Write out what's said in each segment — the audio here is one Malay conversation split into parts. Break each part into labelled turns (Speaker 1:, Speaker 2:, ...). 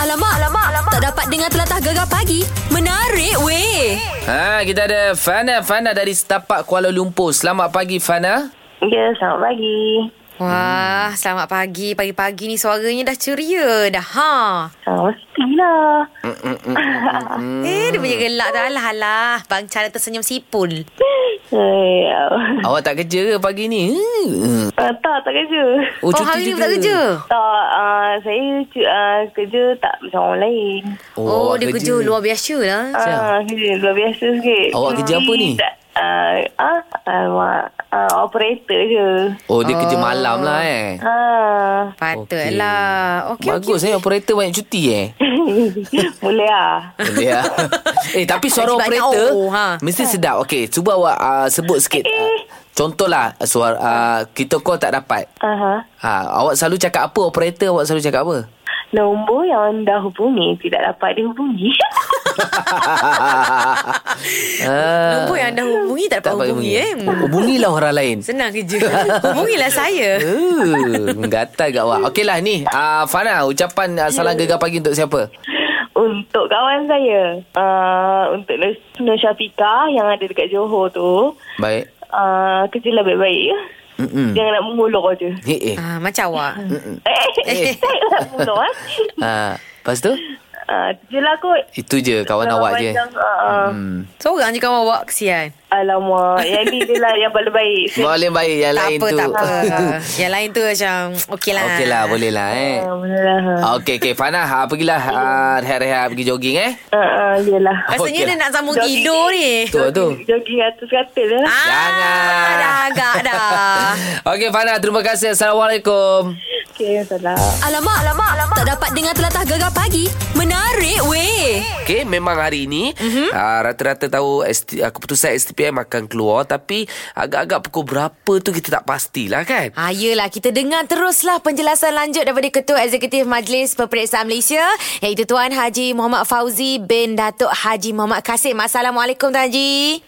Speaker 1: Alamak, alamak, alamak. Tak dapat dengar telatah gegar pagi. Menarik weh.
Speaker 2: Ha, kita ada Fana. Fana dari Setapak Kuala Lumpur. Selamat pagi, Fana.
Speaker 3: Ya, selamat pagi.
Speaker 4: Wah, selamat pagi. Pagi-pagi ni suaranya dah ceria dah. Ha.
Speaker 3: Ah, mestilah.
Speaker 4: Hmm. Eh, dia punya gelak tu alah alah. Bang Cara tersenyum sipul.
Speaker 3: Eh,
Speaker 4: Hmm.
Speaker 2: Awak tak kerja ke pagi ni? Hmm.
Speaker 3: ah, tak, tak kerja.
Speaker 4: Oh, oh hari ni pun tak kerja.
Speaker 3: Tak, ah, saya cu- ah, kerja tak macam orang lain.
Speaker 4: Oh, oh dia kerja. luar biasa lah.
Speaker 3: Ah, kerja luar biasa sikit.
Speaker 2: Awak kerja apa ni?
Speaker 3: tak- Ah, ah, ah, ah, operator je.
Speaker 2: Oh, dia kerja malam lah eh.
Speaker 3: Ah,
Speaker 4: Patutlah. lah. Okey. Okay,
Speaker 2: Bagus eh, operator banyak cuti eh.
Speaker 3: boleh lah.
Speaker 2: Ya. eh, tapi suara
Speaker 4: Sebab
Speaker 2: operator
Speaker 4: nak oh, ha.
Speaker 2: mesti sedap. Okey, cuba awak uh, sebut sikit. Uh, contohlah uh, suara uh, kita call tak dapat.
Speaker 3: Aha.
Speaker 2: Ha, awak selalu cakap apa operator? Awak selalu cakap apa?
Speaker 3: Nombor yang anda hubungi tidak dapat dihubungi.
Speaker 2: Ah.
Speaker 4: Nombor yang anda hubungi tak dapat hubungi, eh. Hmm.
Speaker 2: Hubungilah Oh, orang lain.
Speaker 4: Senang kerja. Hubungilah saya.
Speaker 2: Uh, gatal kat awak. Okeylah ni, uh, Fana, ucapan uh, salam gegar pagi untuk siapa?
Speaker 3: untuk kawan saya, uh, untuk Nur, Nur Syafiqah yang ada dekat Johor tu,
Speaker 2: Baik.
Speaker 3: uh, kerjalah baik-baik.
Speaker 2: Mm-mm.
Speaker 3: Jangan nak mengulur je.
Speaker 2: Eh, eh.
Speaker 4: Ah, macam awak.
Speaker 2: Hmm.
Speaker 3: Eh, eh. nak mengulur eh.
Speaker 2: Ha, lepas tu?
Speaker 3: Uh, kerjalah kot.
Speaker 2: Itu je kawan
Speaker 3: Kalau
Speaker 2: awak je.
Speaker 3: macam, Uh,
Speaker 2: Hmm.
Speaker 4: Seorang je kawan awak kesian.
Speaker 3: Alamak, yang ni je lah yang paling baik.
Speaker 2: Boleh baik yang
Speaker 4: tak
Speaker 2: lain
Speaker 4: apa,
Speaker 2: tu.
Speaker 4: tak apa. Yang lain tu macam okey lah.
Speaker 2: Okey lah, boleh lah eh.
Speaker 3: Ah, Benar lah.
Speaker 2: Okey, okey. Fana, ha, pergilah uh, rehat-rehat, pergi jogging eh.
Speaker 3: Uh, uh, yelah.
Speaker 4: Rasanya
Speaker 2: Okey
Speaker 4: dia
Speaker 2: lah.
Speaker 4: nak sambung
Speaker 3: Jogging.
Speaker 4: tidur ni.
Speaker 2: Tu, tu.
Speaker 3: Jogging atas katil lah.
Speaker 4: Ah,
Speaker 2: Jangan.
Speaker 4: Dah agak dah.
Speaker 2: Okey, Fana, terima kasih. Assalamualaikum.
Speaker 3: Okay, salah.
Speaker 1: Alamak, alamak, alamak. Tak dapat dengar telatah gegar pagi. Menarik weh.
Speaker 2: Okey, memang hari ini mm-hmm. uh, rata-rata tahu ST, uh, keputusan STPM akan keluar tapi agak-agak pukul berapa tu kita tak pastilah kan.
Speaker 4: Ah, yelah, kita dengar teruslah penjelasan lanjut daripada Ketua Eksekutif Majlis Peperiksaan Malaysia iaitu Tuan Haji Muhammad Fauzi bin Datuk Haji Muhammad Kasim. Assalamualaikum Tuan Haji.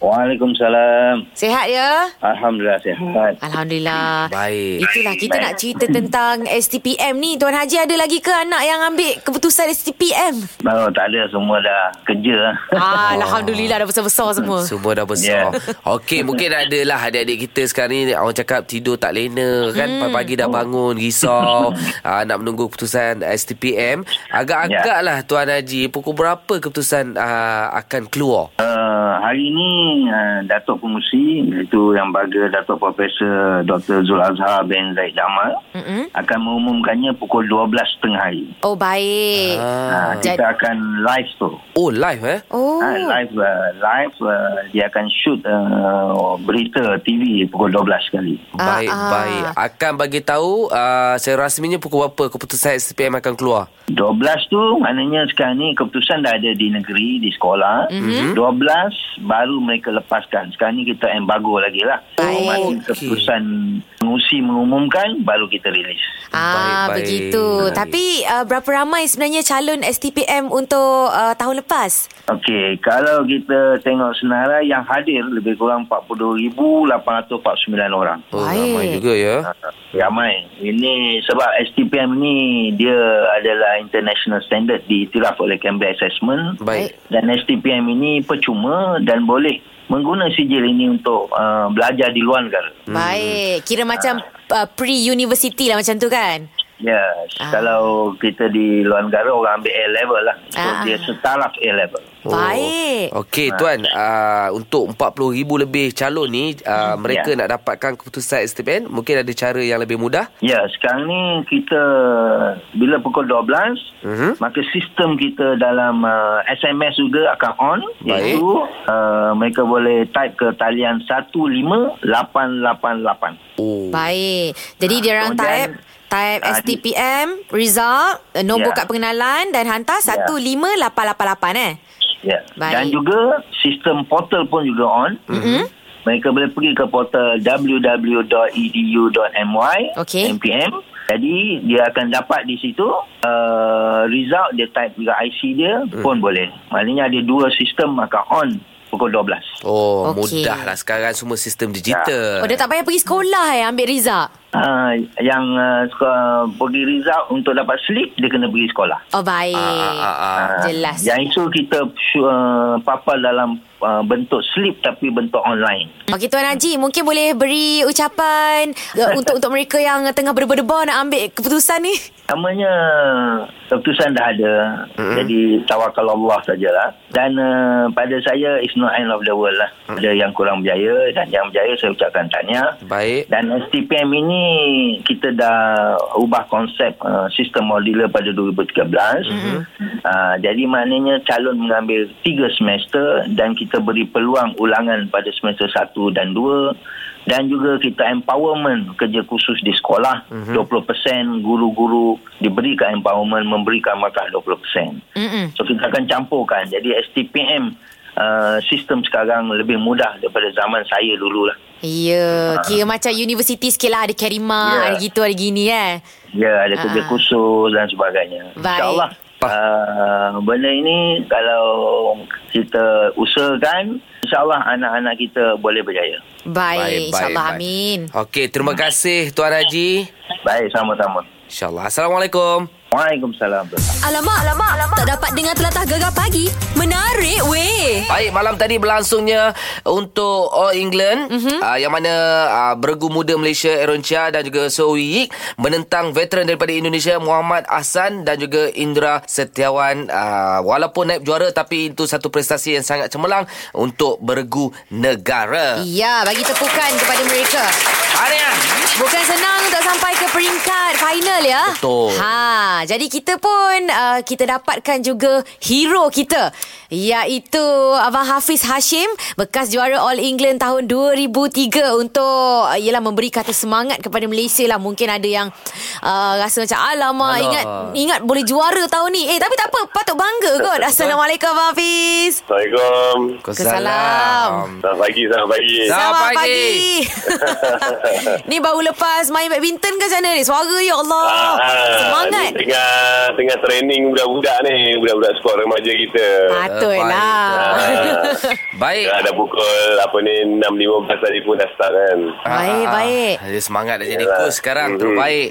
Speaker 5: Waalaikumsalam.
Speaker 4: Sihat ya?
Speaker 5: Alhamdulillah sihat.
Speaker 4: Alhamdulillah.
Speaker 2: Baik.
Speaker 4: Itulah kita nak cerita tentang STPM ni. Tuan Haji ada lagi ke anak yang ambil keputusan STPM?
Speaker 5: Oh, tak ada semua dah kerja.
Speaker 4: Ah, Alhamdulillah dah besar-besar semua.
Speaker 2: Semua dah besar. Yeah.
Speaker 5: Yeah.
Speaker 2: Okey, mungkin ada lah adik-adik kita sekarang ni orang cakap tidur tak lena kan pagi-pagi dah bangun risau uh, nak menunggu keputusan STPM. Agak-agak yeah. lah Tuan Haji pukul berapa keputusan uh, akan keluar?
Speaker 5: Uh, hari ini uh, Datuk Pengurusi iaitu yang baga Datuk Profesor Dr. Zul Azhar bin Zaid Jamal mm-hmm. akan mengumumkannya pukul 12.30 hari.
Speaker 4: Oh, baik.
Speaker 5: Uh,
Speaker 2: Ah.
Speaker 5: kita akan live tu.
Speaker 2: Oh, live eh?
Speaker 4: Oh.
Speaker 5: Uh, live uh, live uh, dia akan shoot uh, berita TV pukul 12 kali.
Speaker 4: Ah,
Speaker 2: Baik,
Speaker 4: ah.
Speaker 2: baik. Akan bagi tahu uh, secara rasminya pukul berapa keputusan SPM akan keluar.
Speaker 5: 12 tu maknanya sekarang ni keputusan dah ada di negeri, di sekolah. Mm-hmm. 12 baru mereka lepaskan. Sekarang ni kita embargo lagi lah.
Speaker 4: Baik.
Speaker 5: Masa keputusan pengusi mengumumkan baru kita rilis.
Speaker 2: Baik,
Speaker 4: Ah,
Speaker 2: baik.
Speaker 4: begitu.
Speaker 2: Baik.
Speaker 4: Tapi uh, berapa ramai sebenarnya calon STPM untuk uh, tahun lepas?
Speaker 5: Okey, kalau kita tengok senara yang hadir lebih kurang 42,849 orang.
Speaker 2: Oh,
Speaker 4: Baik.
Speaker 2: ramai juga ya.
Speaker 5: Ah, Ramai. Ini sebab STPM ni dia adalah international standard diiktiraf oleh Cambridge Assessment.
Speaker 2: Baik.
Speaker 5: dan STPM ini percuma dan boleh mengguna sijil ini untuk uh, belajar di luar negara.
Speaker 4: Hmm. Baik. Kira macam uh, pre-university lah macam tu kan?
Speaker 5: Ya,
Speaker 4: Ah.
Speaker 5: ah. kalau kita di luar negara orang ambil A level lah. So
Speaker 4: Ah,
Speaker 5: ah. dia
Speaker 4: ah.
Speaker 5: setaraf A level.
Speaker 4: Baik.
Speaker 2: Oh. Okey tuan, uh, untuk 40,000 lebih calon ni uh,
Speaker 4: Hmm,
Speaker 2: mereka
Speaker 5: Ya.
Speaker 2: nak dapatkan keputusan SPM, mungkin ada cara yang lebih mudah.
Speaker 5: Ya, sekarang ni kita bila pukul 12,
Speaker 2: Mhm.
Speaker 5: maka sistem kita dalam uh, SMS juga akan on
Speaker 2: Baik.
Speaker 5: iaitu uh, mereka boleh type ke talian 15888.
Speaker 2: Oh.
Speaker 4: Baik. Jadi dia orang
Speaker 5: kemudian,
Speaker 4: type type
Speaker 5: ah,
Speaker 4: STPM result uh, nombor
Speaker 5: Ya.
Speaker 4: kad pengenalan dan hantar
Speaker 5: Ya.
Speaker 4: 15888 eh.
Speaker 5: Ya.
Speaker 4: Baik.
Speaker 5: Dan juga sistem portal pun juga on. Mm-hmm. Mereka boleh pergi ke portal E www.edu.my
Speaker 4: Okey.
Speaker 5: MPM. Jadi dia akan dapat di situ uh, result dia type juga IC dia mm. pun boleh. Maknanya ada dua sistem akan on pukul 12.
Speaker 2: Oh,
Speaker 4: Okey. Ya.
Speaker 2: mudahlah sekarang semua sistem digital.
Speaker 4: Oh dia tak payah pergi sekolah eh ambil result.
Speaker 5: uh, yang uh, suka pergi result untuk dapat slip dia kena pergi sekolah.
Speaker 4: Oh baik.
Speaker 2: Ah, ah, ah,
Speaker 5: Ah,
Speaker 4: Jelas.
Speaker 5: Yang itu kita uh, papal dalam uh, bentuk slip tapi bentuk online.
Speaker 4: Okey Tuan Haji, mungkin boleh beri ucapan uh, untuk untuk mereka yang tengah berdebar-debar nak ambil keputusan ni.
Speaker 5: Namanya keputusan dah ada. Mm-hmm. Jadi tawakal Allah sajalah. Dan uh, pada saya it's not end of the world lah. Mm-hmm. Ada yang kurang berjaya dan yang berjaya saya ucapkan tahniah.
Speaker 2: Baik.
Speaker 5: Dan STPM ini kita dah ubah konsep uh, sistem modular pada 2013. Mm-hmm. Uh, jadi maknanya calon mengambil 3 semester dan kita beri peluang ulangan pada semester 1 dan 2 dan juga kita empowerment kerja khusus di sekolah mm-hmm. 20% guru-guru diberikan empowerment memberikan markah 20%.
Speaker 4: Mm-mm.
Speaker 5: So kita akan campurkan. Jadi STPM uh, sistem sekarang lebih mudah daripada zaman saya dulu lah.
Speaker 4: Ya, kira macam universiti sikit lah. Ada kerima,
Speaker 5: Ya.
Speaker 4: ada gitu, ada gini eh.
Speaker 5: Ya, ada kerja
Speaker 4: Ah.
Speaker 5: khusus dan sebagainya.
Speaker 4: Baik.
Speaker 5: InsyaAllah.
Speaker 2: Fah-
Speaker 5: Uh, benda ini kalau kita usahakan, insyaAllah anak-anak kita boleh berjaya.
Speaker 4: Baik,
Speaker 2: baik.
Speaker 4: insyaAllah. Amin.
Speaker 2: Okey, terima kasih Tuan Haji.
Speaker 5: Baik, sama-sama.
Speaker 2: InsyaAllah. Assalamualaikum.
Speaker 5: Waalaikumsalam.
Speaker 1: Alamak, alamak, alamak. Tak dapat dengar telatah gegar pagi. Menarik weh.
Speaker 2: Baik, malam tadi berlangsungnya untuk All England mm-hmm. uh, yang mana uh, bergu muda Malaysia Aaron Chia dan juga Sowi Yik menentang veteran daripada Indonesia Muhammad Ahsan dan juga Indra Setiawan uh, walaupun naib juara tapi itu satu prestasi yang sangat cemerlang untuk bergu negara.
Speaker 4: Ya, bagi tepukan kepada mereka.
Speaker 2: Aria.
Speaker 4: Bukan senang untuk sampai ke peringkat final ya.
Speaker 2: Betul.
Speaker 4: Ha, jadi kita pun uh, kita dapatkan juga hero kita iaitu Abang Hafiz Hashim bekas juara All England tahun 2003 untuk uh, ialah memberi kata semangat kepada Malaysia lah. Mungkin ada yang uh, rasa macam alamak
Speaker 2: Alah.
Speaker 4: Alah. ingat ingat boleh juara tahun ni. Eh tapi tak apa patut bangga kot. Assalamualaikum Abang Hafiz.
Speaker 6: Assalamualaikum.
Speaker 4: Kesalam.
Speaker 6: Selamat pagi, selamat pagi.
Speaker 2: Selamat pagi.
Speaker 4: ni baru lepas main badminton ke sana ni? Suara ya Allah. Semangat.
Speaker 6: Ah, Ni tengah, tengah training budak-budak ni. Budak-budak skor remaja kita. Ah,
Speaker 4: Patutlah.
Speaker 2: Baik.
Speaker 6: Dah, dah pukul apa ni 6.15 tadi pun dah start kan.
Speaker 4: Baik,
Speaker 2: Ah,
Speaker 4: baik.
Speaker 2: Dia semangat dah jadi
Speaker 6: Yalah.
Speaker 2: coach sekarang
Speaker 6: Mhm.
Speaker 2: Terbaik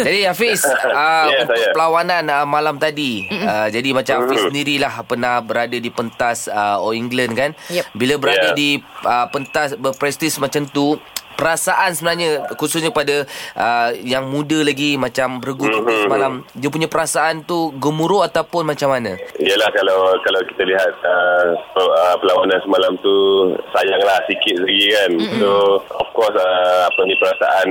Speaker 2: Jadi Hafiz uh,
Speaker 6: Ya,
Speaker 2: Untuk
Speaker 6: saya.
Speaker 2: perlawanan uh, malam tadi uh, Jadi macam Hafiz sendirilah Pernah berada di pentas uh, All England kan
Speaker 4: Yep.
Speaker 2: Bila berada
Speaker 6: Ya.
Speaker 2: di uh, pentas berprestis macam tu Perasaan sebenarnya Khususnya pada uh, Yang muda lagi Macam bergu
Speaker 6: Mm-hmm.
Speaker 2: kita semalam Dia punya perasaan tu Gemuruh ataupun macam mana
Speaker 6: Yelah kalau kalau kita lihat uh, per- uh, perlawanan semalam tu sayanglah sikit lagi kan. Mm-hmm. So of course uh, apa ni perasaan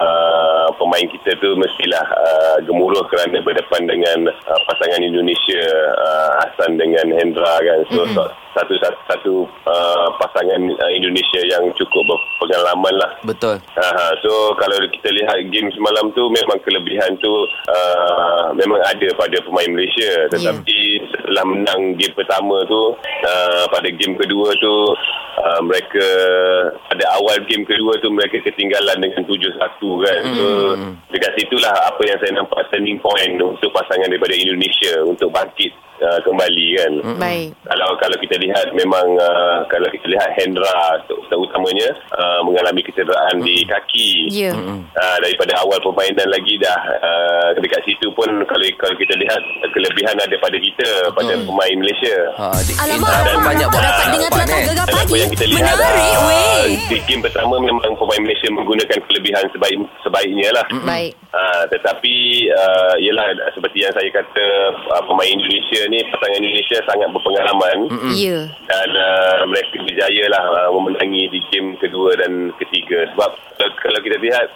Speaker 6: uh, pemain kita tu mestilah uh, gemuruh kerana berdepan dengan uh, pasangan Indonesia uh, Hasan dengan Hendra kan. So mm-hmm. satu satu, satu uh, pasangan uh, Indonesia yang cukup berpengalaman lah.
Speaker 2: Betul
Speaker 6: Aha, so kalau kita lihat game semalam tu memang kelebihan tu uh, memang ada pada pemain Malaysia tetapi yeah. setelah menang game pertama tu uh, pada game kedua tu uh, mereka pada awal game kedua tu mereka ketinggalan dengan 7-1 kan so dekat situlah apa yang saya nampak turning point untuk pasangan daripada Indonesia untuk bangkit uh, kembali kan
Speaker 4: Baik.
Speaker 6: kalau kalau kita lihat memang uh, kalau kita lihat Hendra terutamanya uh, mengalami kecederaan di kaki.
Speaker 4: Ya.
Speaker 6: Uh, daripada awal permainan lagi dah uh, dekat situ pun kalau kalau kita lihat kelebihan ada pada kita pada pemain Malaysia.
Speaker 2: ha, dia-
Speaker 1: Alamak,
Speaker 2: eh,
Speaker 1: alamak,
Speaker 2: banyak
Speaker 1: alamak. Tak dapat
Speaker 2: buat
Speaker 1: dengar
Speaker 2: harapan,
Speaker 1: telatah gegar pagi.
Speaker 2: eh.
Speaker 6: Dan apa yang kita lihat
Speaker 1: Menarik
Speaker 6: ah,
Speaker 1: weh.
Speaker 6: di game pertama memang pemain Malaysia menggunakan kelebihan sebaik sebaiknya lah.
Speaker 4: Baik.
Speaker 6: Ha, tetapi uh, ialah seperti yang saya kata uh, pemain Indonesia ni pasangan Indonesia sangat berpengalaman.
Speaker 4: Ya.
Speaker 6: dan uh, mereka berjaya lah uh, memenangi di game kedua dan ketiga sebab kalau- kalau kita lihat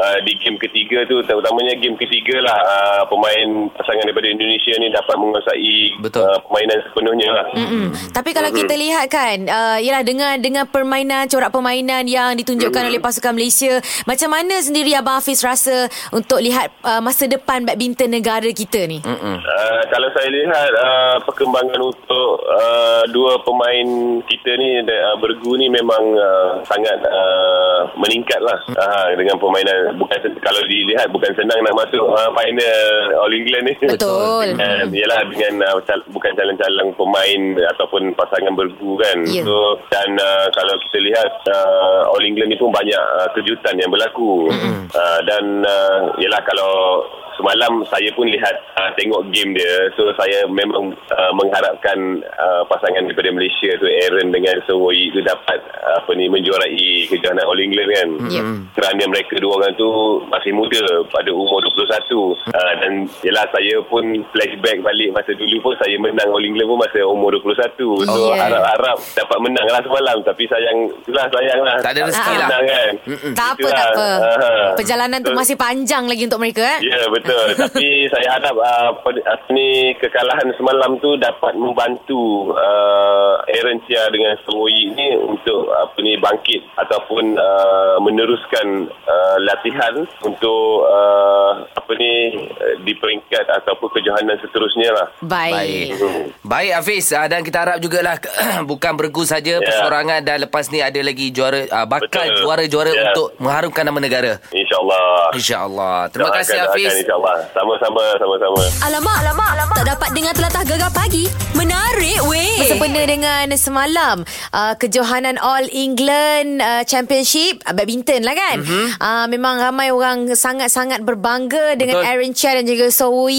Speaker 6: uh, di game ketiga tu terutamanya game ketiga lah uh, pemain pasangan daripada Indonesia ni dapat menguasai
Speaker 2: Betul.
Speaker 6: Uh, permainan sepenuhnya lah
Speaker 4: Mm. Tapi kalau kita
Speaker 6: Hmm.
Speaker 4: lihat kan uh, Yelah dengan dengan permainan Corak permainan yang
Speaker 6: Hmm.
Speaker 4: ditunjukkan oleh pasukan Malaysia Macam mana sendiri Abang Hafiz rasa Untuk lihat uh, masa depan badminton negara kita ni
Speaker 6: Uh, kalau saya lihat uh, perkembangan untuk uh, dua pemain kita eh,
Speaker 4: Hmm.
Speaker 6: ni da- uh, bergu ni memang uh, sangat uh, meningkat lah uh, dengan permainan bukan sen- kalau dilihat bukan senang nak masuk uh, final All England ni.
Speaker 4: Betul.
Speaker 6: Uh, yalah dengan uh, cal- bukan calon-calon pemain ataupun pasangan bergu kan.
Speaker 4: Ya.
Speaker 6: So dan uh, kalau kita lihat uh, All England ni pun banyak uh, kejutan yang berlaku. Uh, dan uh, yalah kalau semalam saya pun lihat uh, tengok game dia. So saya memang uh, mengharapkan uh, pasangan daripada Malaysia tu Aaron dengan Sowoyi tu dapat uh, apa ni menjuarai kejohanan All England kan.
Speaker 4: Ya.
Speaker 6: Kerana mereka dua orang tu masih muda pada umur 21. Uh, dan yalah saya pun flashback balik masa dulu pun saya menang All England pun masa umur 21. So
Speaker 4: Oh, ya.
Speaker 6: harap-harap dapat menang lah semalam tapi sayang itulah sayang lah.
Speaker 2: Tak ada rezeki
Speaker 6: dapat
Speaker 2: lah.
Speaker 6: Menang kan.
Speaker 4: Tak apa,
Speaker 6: Itulah.
Speaker 4: tak apa.
Speaker 6: Ah.
Speaker 4: Perjalanan tu
Speaker 6: So,
Speaker 4: masih panjang lagi untuk mereka eh.
Speaker 6: Ya betul Tapi saya harap uh, pen- apa ni Kekalahan semalam tu Dapat membantu uh, Aaron Chia dengan Semoyi ni Untuk apa ni bangkit Ataupun uh, meneruskan uh, Latihan Untuk uh, apa ni uh, Di peringkat ataupun kejohanan seterusnya lah
Speaker 4: Baik.
Speaker 2: Baik. Baik Hafiz Ah, dan kita harap jugalah bukan bergu saja
Speaker 6: Ya.
Speaker 2: persorangan dan lepas ni ada lagi juara ah, bakal
Speaker 6: Betul.
Speaker 2: juara-juara
Speaker 6: Ya.
Speaker 2: untuk mengharumkan nama negara.
Speaker 6: InsyaAllah
Speaker 2: InsyaAllah. Terima
Speaker 6: Doakan,
Speaker 2: kasih
Speaker 6: doakan,
Speaker 2: Hafiz.
Speaker 6: InsyaAllah Sama-sama Sama-sama
Speaker 1: Alamak, alamak, alamak. Tak dapat dengar telatah gegar pagi. Menarik weh.
Speaker 4: Sempena dengan semalam uh, Kejohanan All England uh, Championship uh, Badminton lah kan
Speaker 2: Mhm.
Speaker 4: mm-hmm. uh, Memang ramai orang Sangat-sangat berbangga Dengan
Speaker 2: Betul.
Speaker 4: Aaron Chia dan juga Soh Woo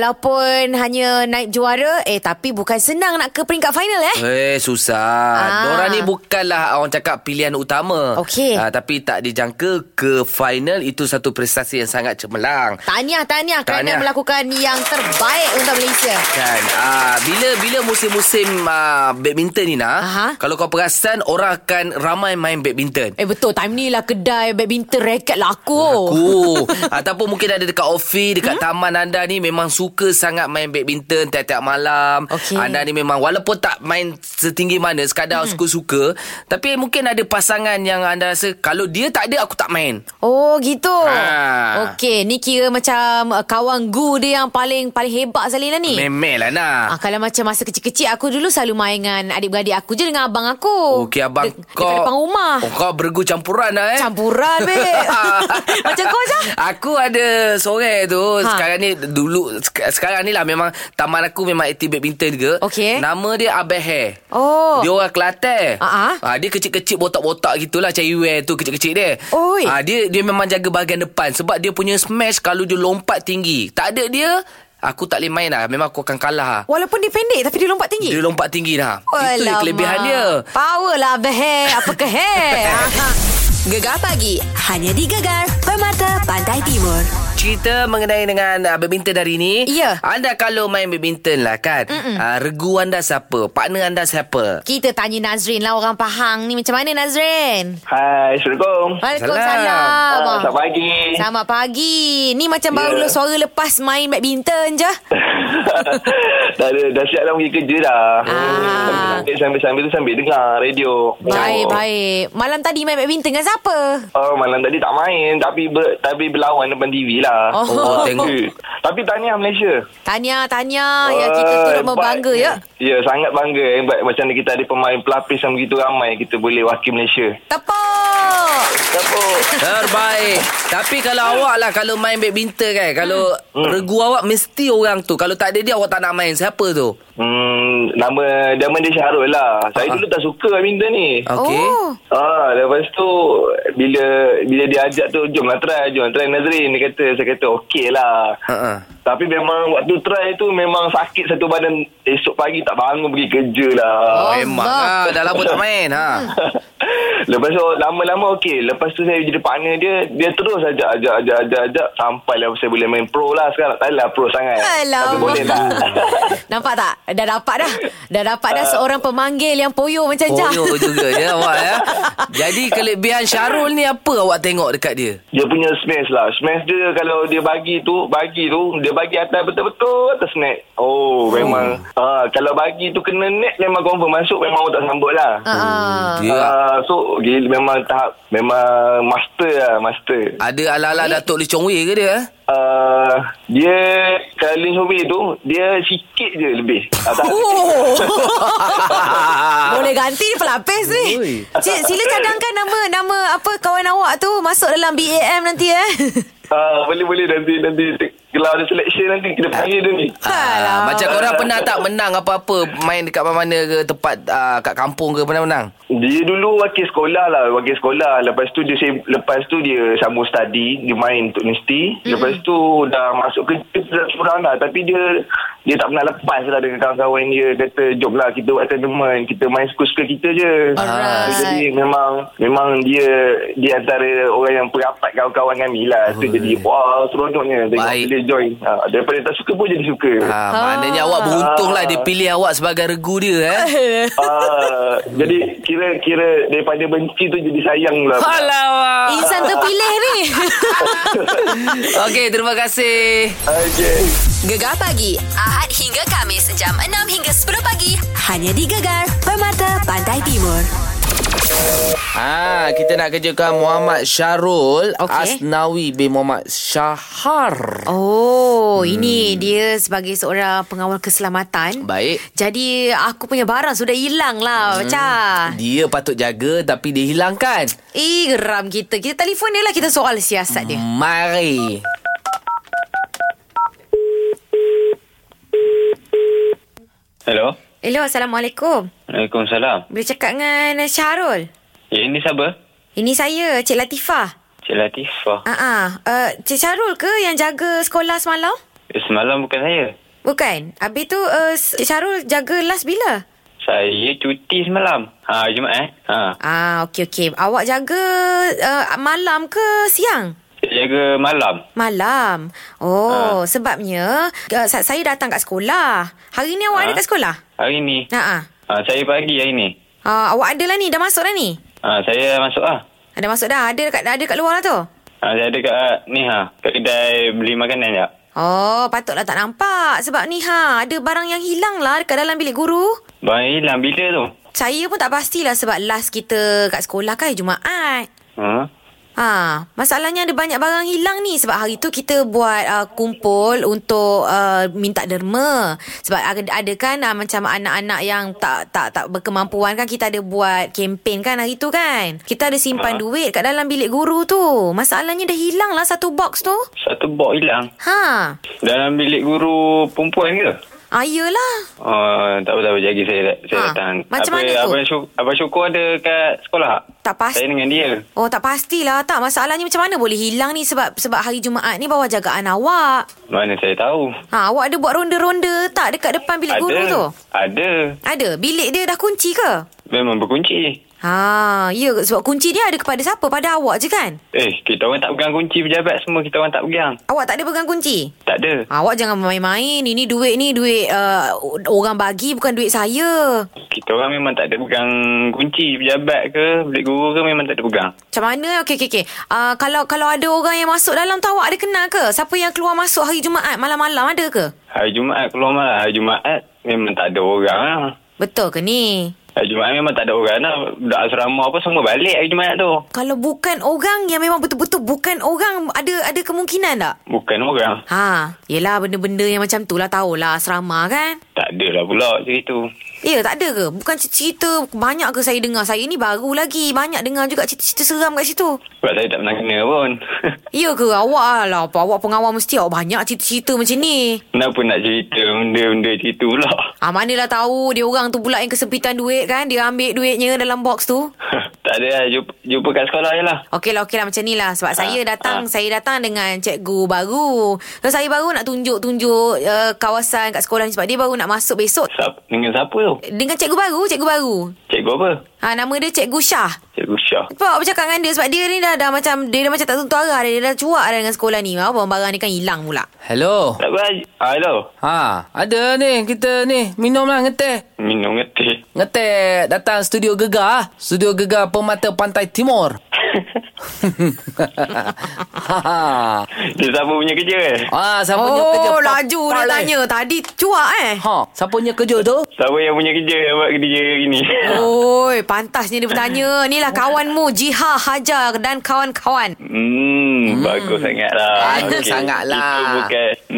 Speaker 4: Walaupun hanya naib juara Eh tapi bukan senang Nak ke peringkat final eh
Speaker 2: Eh susah.
Speaker 4: Ah.
Speaker 2: Ah. Diorang ni bukanlah orang cakap pilihan utama.
Speaker 4: Okey.
Speaker 2: Ah, tapi tak dijangka ke final itu satu prestasi yang sangat cemerlang.
Speaker 4: Tahniah, tahniah kerana
Speaker 2: Tahniah.
Speaker 4: melakukan yang terbaik untuk Malaysia.
Speaker 2: Kan ah, Bila bila musim-musim ah, Badminton ni nak
Speaker 4: Aha.
Speaker 2: Kalau kau perasan Orang akan ramai main badminton
Speaker 4: Eh betul, time ni lah kedai badminton raket lah laku. Oh.
Speaker 2: Aku Oh. Ataupun mungkin ada dekat office Dekat hmm? taman anda ni Memang suka sangat main badminton Tiap-tiap malam
Speaker 4: Okey.
Speaker 2: Anda ni memang Walaupun tak main setinggi mana Sekadar hmm. suka-suka Tapi mungkin ada pasangan yang anda rasa Kalau dia tak ada aku tak main
Speaker 4: Oh gitu.
Speaker 2: Ah.
Speaker 4: Okey, ni kira macam uh, kawan gu dia yang paling paling hebat sekali lah ni.
Speaker 2: Memel lah nak
Speaker 4: Ah, kalau macam masa kecil-kecil aku dulu selalu main dengan adik-beradik aku je dengan abang aku.
Speaker 2: Okey abang
Speaker 4: De-
Speaker 2: kau
Speaker 4: Dekat depan rumah.
Speaker 2: oh, Kau bergu campuran lah eh
Speaker 4: Campuran babe. macam kau je.
Speaker 2: Aku ada sore tu
Speaker 4: Ha.
Speaker 2: ha. Sekarang ni Dulu sek- Sekarang ni lah Memang Taman aku memang aktif badminton ke
Speaker 4: Okey.
Speaker 2: Nama dia Abah Hair
Speaker 4: Oh.
Speaker 2: Dia orang Kelantan
Speaker 4: Ah, ah.
Speaker 2: ha, Dia kecil-kecil Botak-botak gitulah Cewek tu kecil-kecil dia
Speaker 4: Oi.
Speaker 2: ha, Dia dia memang jaga bahagian depan Sebab dia punya smash Kalau dia lompat tinggi Tak ada dia Aku tak boleh main lah Memang aku akan kalah lah.
Speaker 4: Walaupun dia pendek tapi dia lompat tinggi.
Speaker 2: Dia lompat tinggi dah Itu
Speaker 4: Alamak.
Speaker 2: yang kelebihan dia
Speaker 4: Power lah abah. Apa ke he?
Speaker 1: Gegar pagi. Hanya di Gegar. Permata Pantai Timur.
Speaker 2: Cerita mengenai dengan uh, badminton hari ni
Speaker 4: Ya.
Speaker 2: Anda kalau main badminton lah kan uh, Regu anda siapa? Partner anda siapa?
Speaker 4: Kita tanya Nazrin lah orang Pahang ni macam mana Nazrin?
Speaker 5: Hai Assalamualaikum
Speaker 4: Waalaikumsalam.
Speaker 5: Ah, Selamat pagi
Speaker 4: Selamat pagi. Ni macam
Speaker 5: Ya.
Speaker 4: baru yeah. suara lepas main badminton je.
Speaker 5: dah, dah, dah siap dah pergi kerja dah
Speaker 4: Ah.
Speaker 5: Sambil- Sambil-sambil tu sambil dengar radio
Speaker 4: Baik,
Speaker 5: Oh.
Speaker 4: baik. Malam tadi main badminton dengan siapa?
Speaker 5: Oh, malam tadi tak main tapi ber, tapi berlawan depan TV lah.
Speaker 4: Oh.
Speaker 2: Oh, tengok.
Speaker 5: Eh, Tapi tahniah Malaysia.
Speaker 4: Tanya, tanya. ya, kita
Speaker 5: Wah,
Speaker 4: turut
Speaker 5: hebat.
Speaker 4: membangga ya.
Speaker 5: Ya, sangat bangga hebat macam kita ada pemain pelapis yang begitu ramai kita boleh wakil Malaysia.
Speaker 4: Tepuk.
Speaker 5: Tepuk.
Speaker 2: Terbaik Tapi kalau awak lah Kalau main badminton kan Kalau regu awak Mesti orang tu Kalau tak ada dia Awak tak nak main Siapa tu?
Speaker 5: Hmm, nama nama dia Syahrul lah. Saya
Speaker 2: Ah.
Speaker 5: dulu tak suka benda ni.
Speaker 2: Okey
Speaker 4: Oh.
Speaker 5: Ah, lepas tu bila bila dia ajak tu jomlah try, jom lah try Nazrin dia kata saya kata okey lah.
Speaker 2: uh-uh.
Speaker 5: Tapi memang waktu try tu memang sakit satu badan esok pagi tak bangun pergi kerja lah.
Speaker 4: Oh,
Speaker 2: Memang
Speaker 4: Allah.
Speaker 2: lah Dah lama tak main
Speaker 4: Mm.
Speaker 2: ha.
Speaker 5: Lepas tu lama-lama okey Lepas tu saya jadi partner dia Dia terus ajak ajak ajak ajak, ajak Sampai lah saya boleh main pro lah sekarang Tak adalah pro sangat Tapi boleh
Speaker 4: Alamak.
Speaker 5: lah
Speaker 4: Nampak tak? Dah dapat dah. Dah dapat dah seorang pemanggil yang poyo macam Jah.
Speaker 2: Koyo juga je awak ya Jadi kelebihan Syarul ni Apa awak tengok dekat dia?
Speaker 5: Dia punya smash lah Smash dia kalau dia bagi tu Bagi tu Dia bagi atas betul-betul atas net Oh memang ah, Kalau bagi tu kena net Memang confirm masuk Memang orang tak sambut lah
Speaker 4: Ah.
Speaker 2: Dia
Speaker 5: Ah, So gila, memang tahap Memang master lah Master
Speaker 2: Ada ala-ala Datuk Lee Chong Wei ke dia? eh?
Speaker 5: uh, dia Kalin Hobi tu dia sikit je lebih. Ah, tak,
Speaker 4: Oh. Boleh ganti pelapis ni.
Speaker 2: Ui.
Speaker 4: Cik, sila cadangkan nama nama apa kawan awak tu masuk dalam BAM nanti eh.
Speaker 5: uh, boleh boleh nanti nanti kalau ada selection nanti kita panggil dia ni.
Speaker 4: Alah.
Speaker 2: Ah, macam korang pernah tak menang apa-apa main dekat mana-mana ke tempat ah, kat kampung ke pernah menang?
Speaker 5: Dia dulu wakil sekolah lah, wakil sekolah. Lepas tu dia sem- lepas tu dia sambung study, dia main untuk
Speaker 2: Hmm.
Speaker 5: universiti. Mm-hmm. Lepas tu dah masuk kerja tak seorang lah tapi dia dia tak pernah lepas lah dengan kawan-kawan dia kata jom lah kita buat tournament, kita main suka-suka kita je.
Speaker 4: Alright.
Speaker 5: Jadi memang memang dia di antara orang yang perapat kawan-kawan kami lah. Tu jadi wah seronoknya tengok
Speaker 2: Baik.
Speaker 5: dia join. Ha, daripada tak suka pun jadi suka.
Speaker 2: Ah, ah. Maknanya awak beruntung lah dia pilih awak sebagai regu dia eh.
Speaker 5: Ah, jadi kira-kira daripada benci tu jadi sayang lah.
Speaker 2: Alamak.
Speaker 4: Insan terpilih ni.
Speaker 2: Okey, terima kasih.
Speaker 5: Okay.
Speaker 1: Gegar pagi Ahad hingga Kamis jam 6 hingga 10 pagi hanya di Gegar Permata Pantai Timur.
Speaker 2: Ah, kita nak kejutkan Muhammad Syarul
Speaker 4: Okey.
Speaker 2: Asnawi bin Muhammad Syahar.
Speaker 4: Oh, ini dia sebagai seorang pengawal keselamatan.
Speaker 2: Baik.
Speaker 4: Jadi aku punya barang sudah hilang lah hmm. Macam
Speaker 2: Dia patut jaga tapi dia hilangkan.
Speaker 4: Eh geram kita Kita telefon dia lah Kita soal siasat dia
Speaker 2: Mari.
Speaker 7: Hello.
Speaker 4: Hello Assalamualaikum
Speaker 7: Waalaikumsalam.
Speaker 4: Boleh cakap dengan Syahrul
Speaker 7: Ya, ini siapa?
Speaker 4: Ini saya Cik Latifah
Speaker 7: Cik Latifah.
Speaker 4: Ah, uh-uh. uh, Cik Syarul ke yang jaga sekolah semalam?
Speaker 7: Eh, semalam bukan saya.
Speaker 4: Bukan. Habis tu uh, Cik Syarul jaga last bila?
Speaker 7: Saya cuti semalam. Ha, Jumaat eh? Ha.
Speaker 4: Ah, okey okey. Awak jaga uh, malam ke siang?
Speaker 7: Saya jaga malam.
Speaker 4: Malam. Oh, sebabnya uh, sa- saya datang kat sekolah. Hari ni awak
Speaker 7: Ah.
Speaker 4: ada kat sekolah?
Speaker 7: Hari ni.
Speaker 4: Ha ah.
Speaker 7: Ha, saya pagi hari ni.
Speaker 4: Uh, awak ada lah ni, dah masuk dah ni.
Speaker 7: Ha, saya masuk ah.
Speaker 4: Ada masuk dah. Ada dekat ada dekat luar lah tu.
Speaker 7: Ha, saya ada kat ni ha. Kat kedai beli makanan jap.
Speaker 4: Oh, patutlah tak nampak sebab ni ha, ada barang yang hilang lah dekat dalam bilik guru.
Speaker 7: Barang hilang bila tu?
Speaker 4: Saya pun tak pastilah sebab last kita kat sekolah kan hari Jumaat.
Speaker 7: Ha.
Speaker 4: Ha, masalahnya ada banyak barang hilang ni sebab hari tu kita buat uh, kumpul untuk uh, minta derma. Sebab ada, ada kan uh, macam anak-anak yang tak tak tak berkemampuan kan kita ada buat kempen kan hari tu kan. Kita ada simpan
Speaker 7: Ha.
Speaker 4: duit kat dalam bilik guru tu. Masalahnya dah hilang lah satu box tu.
Speaker 7: Satu bok hilang.
Speaker 4: Ha,
Speaker 7: Dalam bilik guru perempuan ke?
Speaker 4: ah, yelah.
Speaker 7: Oh, tak apa-apa jadi saya saya
Speaker 4: Ha,
Speaker 7: datang.
Speaker 4: macam mana tu?
Speaker 7: Abang, Syuk, Abang Syukur ada kat sekolah? tak?
Speaker 4: Tak pasti.
Speaker 7: Saya dengan dia.
Speaker 4: Oh tak pastilah tak masalahnya macam mana boleh hilang ni sebab sebab hari Jumaat ni bawah jagaan awak.
Speaker 7: Mana saya tahu.
Speaker 4: Ha, awak ada buat ronda-ronda tak dekat depan bilik
Speaker 7: ada.
Speaker 4: guru tu?
Speaker 7: Ada.
Speaker 4: Ada. Bilik dia dah kunci ke?
Speaker 7: Memang berkunci.
Speaker 4: Ha, ya sebab kunci dia ada kepada siapa? Pada awak je kan?
Speaker 7: Eh, kita orang tak pegang kunci pejabat semua. Kita orang tak pegang.
Speaker 4: Awak tak ada pegang kunci?
Speaker 7: Tak ada.
Speaker 4: Ha, awak jangan main-main. Ini duit ni duit uh, orang bagi bukan duit saya.
Speaker 7: Kita orang memang tak ada pegang kunci pejabat ke, bilik guru ke memang tak ada pegang.
Speaker 4: Macam mana? Okey, okey, okey. Uh, kalau kalau ada orang yang masuk dalam tu awak ada kenal ke? Siapa yang keluar masuk hari Jumaat malam-malam ada ke?
Speaker 7: Hari Jumaat keluar malam. Hari Jumaat memang tak ada orang lah.
Speaker 4: Betul ke ni?
Speaker 7: Hari Jumaat memang tak ada orang lah. Budak asrama apa semua balik hari Jumaat tu.
Speaker 4: Kalau bukan orang yang memang betul-betul bukan orang ada ada kemungkinan tak?
Speaker 7: Bukan orang.
Speaker 4: Ha, yelah benda-benda yang macam tu lah tahulah asrama kan?
Speaker 7: Tak ada lah pula cerita tu.
Speaker 4: Ya, tak ada ke? Bukan cer- cerita banyak ke saya dengar? Saya ni baru lagi. Banyak dengar juga cerita-cerita seram kat situ.
Speaker 7: Sebab saya tak pernah kena pun.
Speaker 4: Ya ke? Awak lah. Apa awak pengawal mesti awak banyak cerita-cerita macam ni.
Speaker 7: Kenapa nak cerita benda-benda cerita pula?
Speaker 4: Ah, manalah tahu dia orang tu pula yang kesempitan duit kan. Dia ambil duitnya dalam box tu.
Speaker 7: tak ada lah. Jumpa, jumpa kat sekolah je lah.
Speaker 4: Okey lah, okey lah macam ni lah. Sebab
Speaker 7: Ah,
Speaker 4: saya datang,
Speaker 7: ah.
Speaker 4: saya datang dengan cikgu baru. So, saya baru nak tunjuk-tunjuk uh, kawasan kat sekolah ni sebab dia baru nak masuk besok.
Speaker 7: Siap, dengan siapa tu?
Speaker 4: Dengan cikgu baru, cikgu baru.
Speaker 7: Cikgu apa?
Speaker 4: Ha, nama dia Cikgu Syah.
Speaker 7: Cikgu Syah.
Speaker 4: Sebab bercakap dengan dia Sebab dia ni dah, dah macam Dia dah macam tak tentu arah Dia, dia dah cuak dah dengan sekolah ni Apa barang ni kan hilang pula
Speaker 2: Hello.
Speaker 7: Tak apa. Ah, hello.
Speaker 2: Ha, ada ni kita ni minumlah ngeteh.
Speaker 7: Minum ngetih.
Speaker 2: ah. Ngeteh datang studio Gegar, studio Gegar Permata Pantai Timur.
Speaker 7: Dia siapa punya kerja eh?
Speaker 2: ah, Ha, siapa punya kerja?
Speaker 4: Oh,
Speaker 2: Pak-
Speaker 4: laju dia
Speaker 2: Pak Lai.
Speaker 4: tanya. Tadi cuak eh.
Speaker 2: Ha, siapa punya kerja tu?
Speaker 7: Siapa yang punya kerja yang buat kerja gini?
Speaker 4: Oi, pantasnya dia bertanya. Inilah kawanmu Jiha Hajar dan kawan-kawan.
Speaker 7: Hmm, bagus sangatlah.
Speaker 2: Bagus
Speaker 7: Okey.
Speaker 2: sangatlah.
Speaker 7: Itu bukan.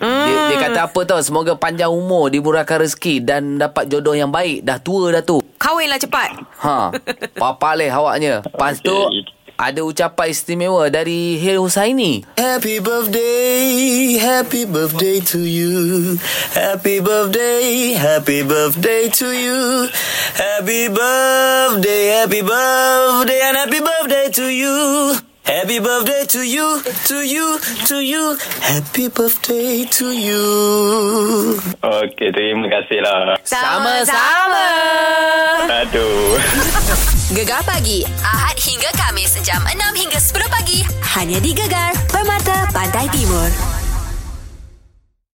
Speaker 7: Hmm.
Speaker 2: Dia, dia kata apa tau Semoga panjang umur Dimurahkan rezeki Dan dapat jodoh yang baik Dah tua dah tu
Speaker 4: Kahwinlah cepat.
Speaker 2: Ha Papa leh awaknya Lepas tu
Speaker 7: Okey.
Speaker 2: Ada ucapan istimewa Dari Hil Husaini
Speaker 8: Happy birthday, happy birthday to you. Happy birthday, happy birthday to you. Happy birthday, happy birthday, and happy birthday to you. Happy birthday to you, to you, to you. Happy birthday to you.
Speaker 7: Okey, terima lah. kasihlah.
Speaker 2: Sama-sama.
Speaker 7: Aduh.
Speaker 1: Gegar pagi Ahad hingga Kamis jam 6 hingga 10 pagi hanya di Gegar Permata Pantai Timur.